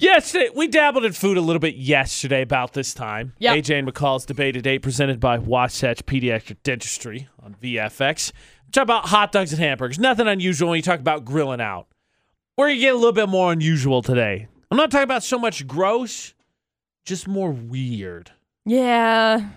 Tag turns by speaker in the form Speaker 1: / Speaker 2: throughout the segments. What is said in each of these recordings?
Speaker 1: Yes, it- we dabbled in food a little bit yesterday about this time.
Speaker 2: Yep.
Speaker 1: AJ and McCall's debate today presented by Wasatch Pediatric Dentistry on VFX. Talk about hot dogs and hamburgers. Nothing unusual when you talk about grilling out. We're going to get a little bit more unusual today. I'm not talking about so much gross, just more weird.
Speaker 2: Yeah,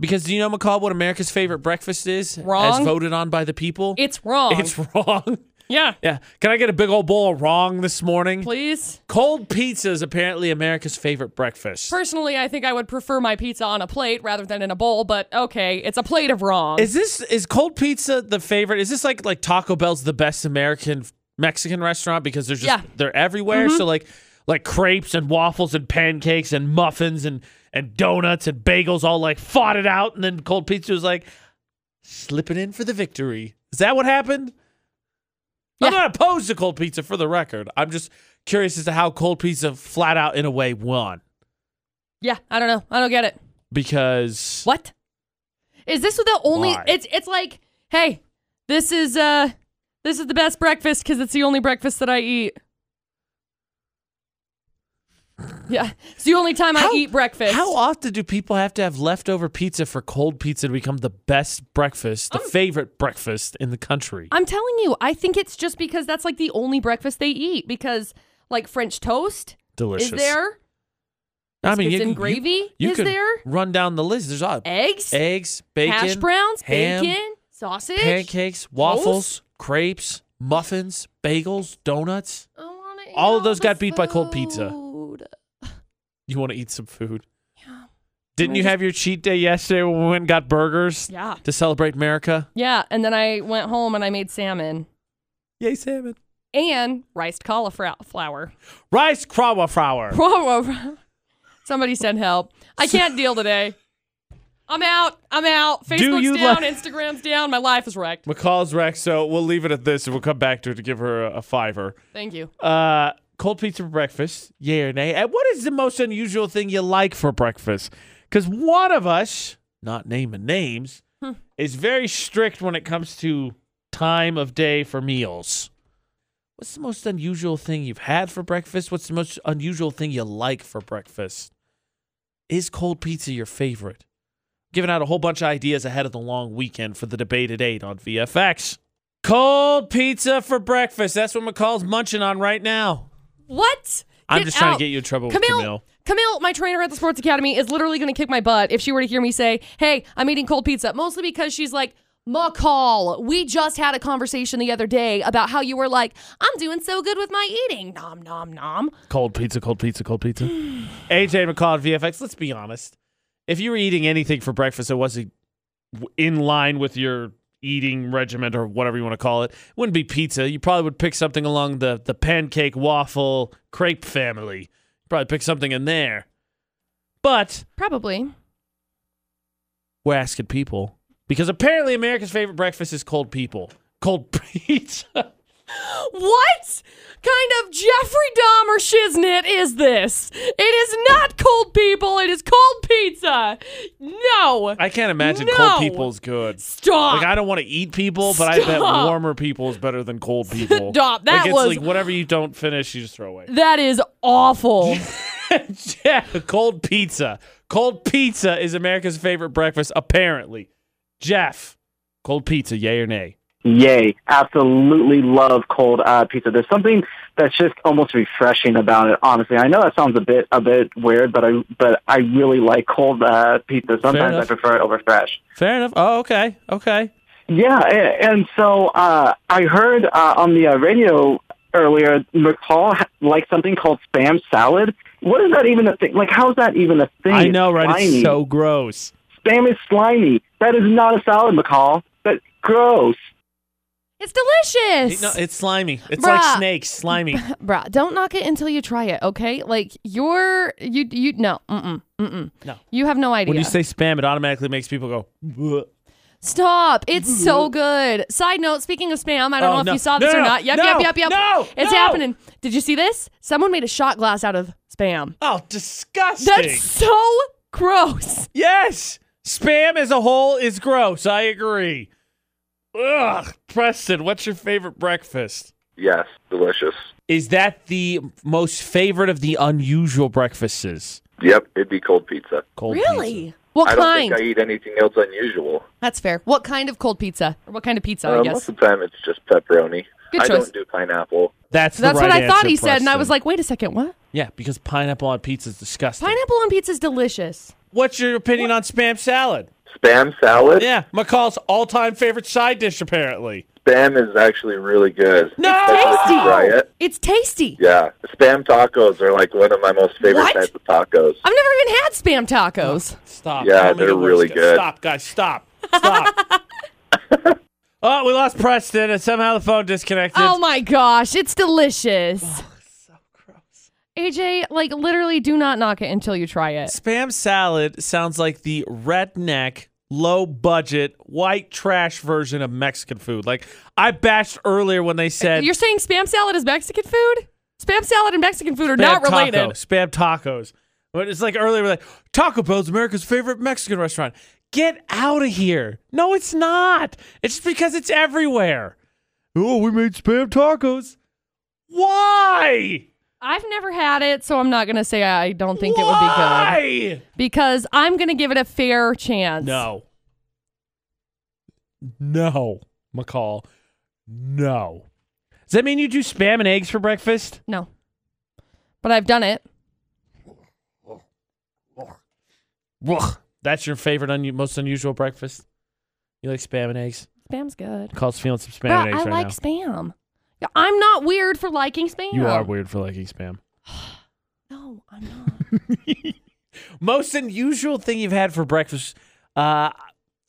Speaker 1: Because do you know, McCall, what America's favorite breakfast is? As
Speaker 2: Wrong.
Speaker 1: voted on by the people?
Speaker 2: it's wrong.
Speaker 1: It's wrong.
Speaker 2: yeah,
Speaker 1: yeah. Can I get a big old bowl of wrong this morning?
Speaker 2: please.
Speaker 1: Cold pizza is apparently America's favorite breakfast.
Speaker 2: Personally, I think I would prefer my pizza on a plate rather than in a bowl, but okay, it's a plate of wrong.
Speaker 1: Is this is cold pizza the favorite? Is this like like Taco Bell's the best American Mexican restaurant because they're just
Speaker 2: Yeah. Mm-hmm.
Speaker 1: they're everywhere. So like like crepes and waffles and pancakes and muffins and and donuts and bagels all like fought it out, and then cold pizza was like slipping in for the victory. Is that what happened?
Speaker 2: Yeah.
Speaker 1: I'm not opposed to cold pizza for the record. I'm just curious as to how cold pizza flat out in a way won
Speaker 2: yeah, I don't know. I don't get it.
Speaker 1: because
Speaker 2: What? Is this the only?
Speaker 1: Why?
Speaker 2: It's it's like, hey, this is uh, this is the best breakfast because it's the only breakfast that I eat. Yeah, it's the only time I eat breakfast.
Speaker 1: How often do people have to have leftover pizza for cold pizza to become the best breakfast, the favorite breakfast in the country?
Speaker 2: I'm telling you, Um, I think it's just because that's like the only breakfast they eat because like French toast
Speaker 1: Delicious.
Speaker 2: is there,
Speaker 1: I mean,
Speaker 2: biscuits and
Speaker 1: can-
Speaker 2: gravy
Speaker 1: You,
Speaker 2: is
Speaker 1: can
Speaker 2: there?
Speaker 1: run down the list. There's all
Speaker 2: eggs,
Speaker 1: eggs, bacon,
Speaker 2: hash browns,
Speaker 1: ham,
Speaker 2: bacon, sausage.
Speaker 1: pancakes, waffles, crepes, muffins, bagels, donuts.
Speaker 2: I wanna eat
Speaker 1: All of those
Speaker 2: the
Speaker 1: got beat by cold pizza.
Speaker 2: food.
Speaker 1: You want to eat some food?
Speaker 2: Yeah.
Speaker 1: Didn't
Speaker 2: I
Speaker 1: you
Speaker 2: just-
Speaker 1: have your cheat day yesterday when we went and got burgers
Speaker 2: Yeah.
Speaker 1: to celebrate America?
Speaker 2: Yeah, and then I went home and I made salmon
Speaker 1: Yay, salmon.
Speaker 2: and riced cauliflower.
Speaker 1: Rice krawa flour.
Speaker 2: Whoa, whoa. Somebody send help. I can't deal today. I'm out. I'm out.
Speaker 1: you
Speaker 2: Facebook's down.
Speaker 1: like-
Speaker 2: Instagram's down. My life is wrecked.
Speaker 1: McCall's wreck, so we'll leave it at this and we'll come back to it to give her a, a fiver.
Speaker 2: Thank you.
Speaker 1: Uh, cold pizza for breakfast, yay or nay. And what is the most unusual thing you like for breakfast? Because one of us, not naming names, is very strict when it comes to time of day for meals. What's the most unusual thing you've had for breakfast? What's the most unusual thing you like for breakfast? Is cold pizza your favorite? Giving out a whole bunch of ideas ahead of the long weekend for the debate at 8 on VFX. Cold pizza for breakfast. That's what McCall's munching on right now.
Speaker 2: What?
Speaker 1: I'm
Speaker 2: Get
Speaker 1: just trying to
Speaker 2: out.
Speaker 1: get you in trouble
Speaker 2: Camille,
Speaker 1: with Camille.
Speaker 2: Camille, my trainer at the Sports Academy, is literally going to kick my butt if she were to hear me say, Hey, I'm eating cold pizza. Mostly because she's like, McCall, we just had a conversation the other day about how you were like, I'm doing so good with my eating. Nom, nom, nom.
Speaker 1: Cold pizza, cold pizza, cold pizza. AJ and McCall at VFX. Let's be honest. If you were eating anything for breakfast that wasn't w- in line with your eating regiment or whatever you want to call it, it wouldn't be pizza. You probably would pick something along the, the pancake, waffle, crepe family. Probably pick something in there. But
Speaker 2: Probably.
Speaker 1: we're asking people because apparently America's favorite breakfast is cold people, cold pizza.
Speaker 2: What kind of Jeffrey Dahmer shiznit is this? It is not cold people, it is cold pizza. No.
Speaker 1: I can't imagine
Speaker 2: No.
Speaker 1: cold people is good.
Speaker 2: Stop.
Speaker 1: Like I don't want to eat people, but I bet
Speaker 2: Stop.
Speaker 1: warmer people is better than cold people.
Speaker 2: Stop. That
Speaker 1: like, it's
Speaker 2: was-
Speaker 1: like whatever you don't finish, you just throw away.
Speaker 2: that is awful.
Speaker 1: yeah, cold pizza. Cold pizza is America's favorite breakfast, apparently. Jeff, cold pizza, yay or nay?
Speaker 3: Yay. Absolutely love cold uh, pizza. There's something that's just almost refreshing about it, honestly. I know that sounds a bit a bit weird, but I but I really like cold uh, pizza. Sometimes I
Speaker 1: enough.
Speaker 3: prefer it over fresh.
Speaker 1: Fair enough. Oh, okay, okay.
Speaker 3: Yeah, a- and so uh, I heard uh, on the uh, radio earlier, McCall ha- likes something called spam salad. What is that even a thing? Like, how is that even a thing?
Speaker 1: I know, right?
Speaker 3: Slimy.
Speaker 1: It's so gross.
Speaker 3: spam is slimy. That is not a salad, McCall. That's gross.
Speaker 2: it's delicious.
Speaker 1: No, it's slimy. It's
Speaker 2: Bruh.
Speaker 1: like snakes, slimy.
Speaker 2: Bruh, don't knock it until you try it, okay? Like you're you you no, mm-mm, mm-mm.
Speaker 1: No.
Speaker 2: You have no idea.
Speaker 1: When you say spam, it automatically makes people go. "Bleh."
Speaker 2: Stop. It's so good. Side note, speaking of spam, I don't
Speaker 1: Oh,
Speaker 2: know if
Speaker 1: no.
Speaker 2: you saw
Speaker 1: No,
Speaker 2: this
Speaker 1: no,
Speaker 2: or
Speaker 1: no.
Speaker 2: not. Yep,
Speaker 1: No,
Speaker 2: yep, yep, yep.
Speaker 1: no,
Speaker 2: it's
Speaker 1: no.
Speaker 2: happening. Did you see this? Someone made a shot glass out of spam.
Speaker 1: Oh, disgusting.
Speaker 2: That's so gross.
Speaker 1: Yes, spam as a whole is gross. I agree. Ugh, Preston, what's your favorite breakfast?
Speaker 4: Yes, delicious.
Speaker 1: Is that the most favorite of the unusual breakfasts?
Speaker 4: Yep, it'd be cold pizza.
Speaker 1: Cold
Speaker 2: really?
Speaker 1: pizza.
Speaker 2: What
Speaker 4: I don't
Speaker 2: kind?
Speaker 4: think I eat anything else unusual.
Speaker 2: That's fair. What kind of cold pizza? Or what kind of pizza,
Speaker 4: Uh,
Speaker 2: Oh, I
Speaker 4: most
Speaker 2: guess?
Speaker 4: of the time, it's just pepperoni.
Speaker 2: Good
Speaker 4: I
Speaker 2: choice.
Speaker 4: don't do pineapple.
Speaker 1: That's the
Speaker 2: That's
Speaker 1: right
Speaker 2: what I thought
Speaker 1: answer,
Speaker 2: he said, and I was
Speaker 1: Preston.
Speaker 2: like, wait a second, what?
Speaker 1: yeah, because pineapple on pizza is disgusting.
Speaker 2: Pineapple on pizza's delicious.
Speaker 1: What's your opinion on spam salad?
Speaker 4: Spam salad.
Speaker 1: Yeah, McCall's all-time favorite side dish apparently.
Speaker 4: Spam is actually really good.
Speaker 1: No!
Speaker 4: Especially if you fry it.
Speaker 2: It's tasty.
Speaker 4: Yeah, spam tacos are like one of my most favorite
Speaker 2: What?
Speaker 4: types of tacos.
Speaker 2: I've never even had spam tacos.
Speaker 1: Stop.
Speaker 4: Yeah,
Speaker 1: Tell me
Speaker 4: they're
Speaker 1: the worst
Speaker 4: really
Speaker 1: guy-
Speaker 4: good.
Speaker 1: Stop, guys. Stop. Stop. oh, we lost Preston, and somehow the phone disconnected.
Speaker 2: Oh my gosh, it's delicious.
Speaker 1: Oh,
Speaker 2: AJ, like literally do not knock it until you try it.
Speaker 1: Spam salad sounds like the redneck, low budget, white trash version of Mexican food. Like I bashed earlier when they said
Speaker 2: You're saying spam salad is Mexican food? Spam salad and Mexican food are not
Speaker 1: Spam
Speaker 2: related.
Speaker 1: taco, spam tacos. But it's like earlier, we're like Taco Bell's America's favorite Mexican restaurant. Get out of here! No, it's not. It's just because it's everywhere. Oh, we made spam tacos. Why?
Speaker 2: I've never had it, so I'm not going to say I don't think it would be good.
Speaker 1: Why?
Speaker 2: Because I'm going to give it a fair chance.
Speaker 1: No. No, McCall. No. Does that mean you do spam and eggs for breakfast?
Speaker 2: No. But I've done it.
Speaker 1: Ugh. That's your favorite, un- most unusual breakfast. You like spam and eggs?
Speaker 2: Spam's good.
Speaker 1: McCall's feeling some spam
Speaker 2: Bruh,
Speaker 1: and eggs
Speaker 2: I
Speaker 1: right
Speaker 2: like
Speaker 1: now.
Speaker 2: spam. Yeah, I'm not weird for liking spam.
Speaker 1: You are weird for liking spam.
Speaker 2: No, I'm not.
Speaker 1: Most unusual thing you've had for breakfast. Uh,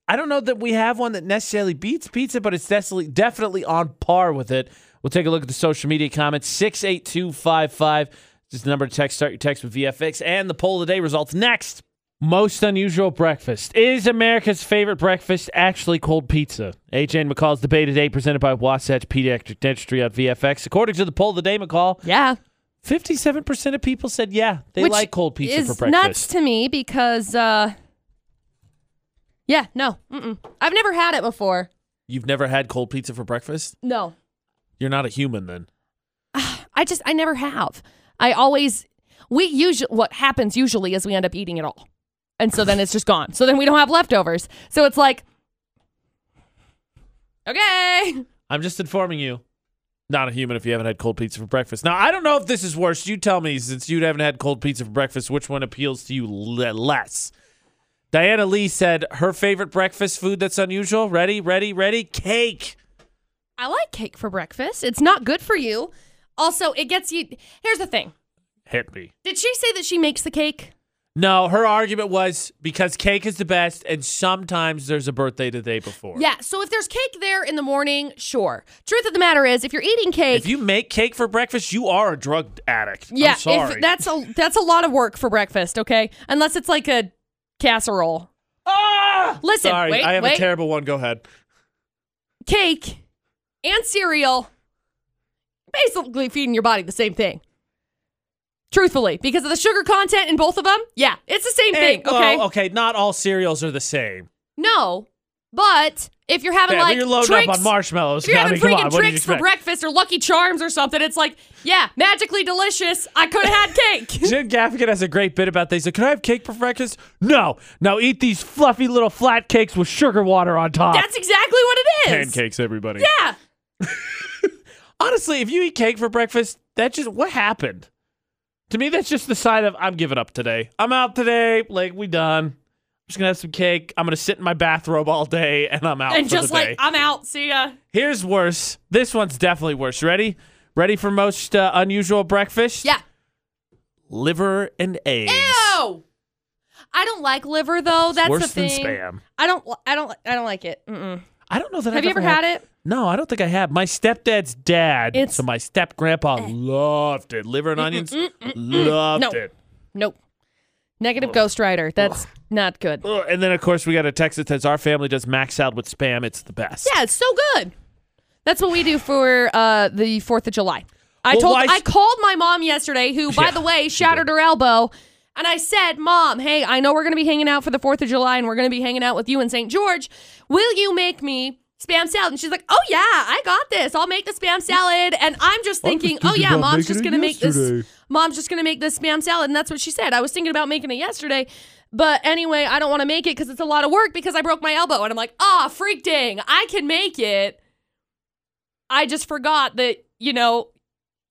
Speaker 1: I don't know that we have one that necessarily beats pizza, but it's definitely definitely on par with it. We'll take a look at the social media comments. Six eight two five five is the number to text. Start your text with VFX and the poll of the day results next. Most unusual breakfast is America's favorite breakfast actually cold pizza? AJ and McCall's debate today presented by Wasatch Pediatric Dentistry on VFX. According to the poll of the day, McCall,
Speaker 2: yeah.
Speaker 1: Fifty-seven percent of people said, "Yeah, they
Speaker 2: Which
Speaker 1: like cold pizza
Speaker 2: is
Speaker 1: for
Speaker 2: nuts
Speaker 1: breakfast."
Speaker 2: to me because, uh, yeah, no, mm-mm. I've never had it before.
Speaker 1: You've never had cold pizza for breakfast?
Speaker 2: No,
Speaker 1: You're not a human, then.
Speaker 2: I just I never have. I always we usually what happens usually is we end up eating it all, and so then it's just gone. So then we don't have leftovers. So it's like, okay,
Speaker 1: I'm just informing you. Not a human if you haven't had cold pizza for breakfast. Now, I don't know if this is worse. You tell me, since you haven't had cold pizza for breakfast, which one appeals to you le- less? Diana Lee said her favorite breakfast food that's unusual. Ready, ready, ready? Cake.
Speaker 2: I like cake for breakfast. It's not good for you. Also, it gets you. Here's the thing.
Speaker 1: Hit me.
Speaker 2: Did she say that she makes the cake?
Speaker 1: No, her argument was because cake is the best, and sometimes there's a birthday the day before.
Speaker 2: Yeah. So if there's cake there in the morning, sure. Truth of the matter is, if you're eating cake,
Speaker 1: If you make cake for breakfast, you are a drug addict.
Speaker 2: yeah,
Speaker 1: I'm sorry.
Speaker 2: If that's a that's a lot of work for breakfast. Okay, unless it's like a casserole.
Speaker 1: ah!
Speaker 2: Listen,
Speaker 1: sorry,
Speaker 2: wait,
Speaker 1: I have
Speaker 2: wait.
Speaker 1: a terrible one. Go ahead.
Speaker 2: cake and cereal, basically feeding your body the same thing. Truthfully, because of the sugar content in both of them, yeah, it's the same
Speaker 1: Hey,
Speaker 2: thing. Okay,
Speaker 1: well, okay, not all cereals are the same.
Speaker 2: no, but if you're having
Speaker 1: Yeah, but
Speaker 2: like
Speaker 1: you're loading
Speaker 2: tricks,
Speaker 1: up on marshmallows.
Speaker 2: if you're
Speaker 1: now. I
Speaker 2: having
Speaker 1: mean, come
Speaker 2: freaking
Speaker 1: on, what do you
Speaker 2: tricks for
Speaker 1: expect?
Speaker 2: breakfast or Lucky Charms or something, it's like, yeah, magically delicious. I could have had cake.
Speaker 1: Jim Gaffigan has a great bit about these. Like, can I have cake for breakfast? No. Now eat these fluffy little flat cakes with sugar water on top.
Speaker 2: That's exactly what it is.
Speaker 1: pancakes, everybody.
Speaker 2: Yeah.
Speaker 1: Honestly, if you eat cake for breakfast, that just what happened? To me, that's just the sign of I'm giving up today. I'm out today. Like we done. I'm just gonna have some cake. I'm gonna sit in my bathrobe all day, and I'm out.
Speaker 2: And
Speaker 1: for
Speaker 2: just
Speaker 1: the day.
Speaker 2: like, I'm out. See ya.
Speaker 1: Here's worse. This one's definitely worse. Ready? Ready for most uh, unusual breakfast?
Speaker 2: Yeah.
Speaker 1: Liver and eggs.
Speaker 2: Ew. I don't like liver though. That's
Speaker 1: Worse
Speaker 2: the thing.
Speaker 1: than spam.
Speaker 2: I don't. li- I don't. I don't like it. Mm-mm.
Speaker 1: I don't know that
Speaker 2: Have
Speaker 1: I've
Speaker 2: you ever had it?
Speaker 1: No, I don't think I have. My stepdad's dad,
Speaker 2: It's-
Speaker 1: so my step grandpa loved it. Liver and onions, loved
Speaker 2: No.
Speaker 1: it.
Speaker 2: Nope. Negative Ghost Rider. That's not good.
Speaker 1: Ugh, Oh, And then of course we got a text that says our family does max out with spam. It's the best.
Speaker 2: Yeah, it's so good. That's what we do for uh, the Fourth of July. I
Speaker 1: Well,
Speaker 2: told.
Speaker 1: why-
Speaker 2: I called my mom yesterday, who, by
Speaker 1: Yeah,
Speaker 2: the way, shattered her elbow. And I said, Mom, hey, I know we're going to be hanging out for the 4th of July and we're going to be hanging out with you in St. George. Will you make me spam salad. And she's like, oh, yeah, I got this. I'll make the spam salad. And I'm just thinking, oh, yeah, mom's just going to make this. Mom's just going to make this spam salad. And that's what she said. I was thinking about making it yesterday. But anyway, I don't want to make it because it's a lot of work because I broke my elbow. And I'm like, ah, freak dang, I can make it. I just forgot that, you know,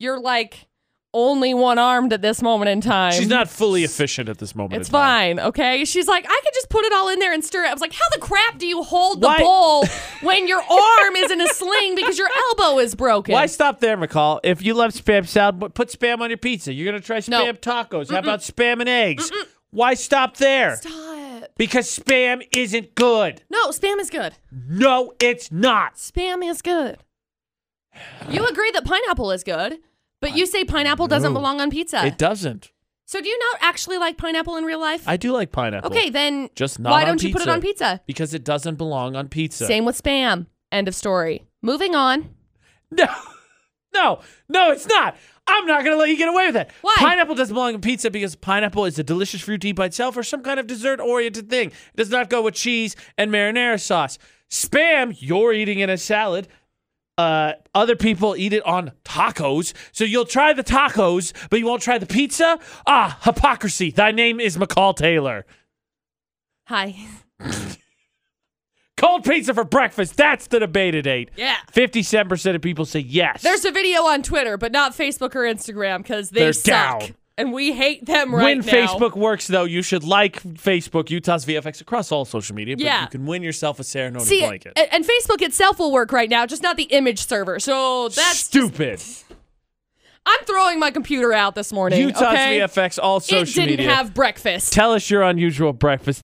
Speaker 2: you're like only one armed at this moment in time.
Speaker 1: She's not fully efficient at this moment.
Speaker 2: It's
Speaker 1: in time.
Speaker 2: fine, okay? She's like, I could just put it all in there and stir it. I was like, how the crap do you hold the
Speaker 1: Why-
Speaker 2: bowl when your arm is in a sling because your elbow is broken?
Speaker 1: Why stop there, McCall? If you love spam salad, but put spam on your pizza. You're gonna try spam
Speaker 2: No.
Speaker 1: tacos. How about spam and eggs? Why stop there?
Speaker 2: Stop.
Speaker 1: Because spam isn't good.
Speaker 2: No, spam is good.
Speaker 1: No, it's not.
Speaker 2: Spam is good. You agree that pineapple is good, but you say pineapple doesn't
Speaker 1: no.
Speaker 2: belong on pizza.
Speaker 1: It doesn't.
Speaker 2: so do you not actually like pineapple in real life?
Speaker 1: I do like pineapple.
Speaker 2: okay, then
Speaker 1: Just not
Speaker 2: why
Speaker 1: on
Speaker 2: don't you put it
Speaker 1: pizza.
Speaker 2: on pizza?
Speaker 1: Because it doesn't belong on pizza.
Speaker 2: Same with spam. End of story. Moving on.
Speaker 1: No, no, no, it's not. I'm not going to let you get away with that.
Speaker 2: Why?
Speaker 1: Pineapple doesn't belong in pizza because pineapple is a delicious fruit to eat by itself or some kind of dessert oriented thing. It does not go with cheese and marinara sauce. Spam, you're eating in a salad. Uh, other people eat it on tacos. So you'll try the tacos, but you won't try the pizza? Ah, hypocrisy. Thy name is McCall Taylor.
Speaker 2: Hi.
Speaker 1: Cold pizza for breakfast. That's the debated eight.
Speaker 2: Yeah.
Speaker 1: 57% of people say yes.
Speaker 2: There's a video on Twitter, but not Facebook or Instagram because they
Speaker 1: They're
Speaker 2: suck.
Speaker 1: down.
Speaker 2: And we hate them right
Speaker 1: when
Speaker 2: now.
Speaker 1: Facebook works, though, you should like Facebook, Utah's VFX across all social media. But
Speaker 2: Yeah.
Speaker 1: you can win yourself a Serenoni
Speaker 2: See, and,
Speaker 1: blanket.
Speaker 2: and Facebook itself will work right now, just not the image server. So that's
Speaker 1: stupid.
Speaker 2: I'm throwing my computer out this morning.
Speaker 1: Utah's
Speaker 2: okay?
Speaker 1: VFX all
Speaker 2: It
Speaker 1: social
Speaker 2: didn't
Speaker 1: media.
Speaker 2: have breakfast.
Speaker 1: Tell us your unusual breakfast.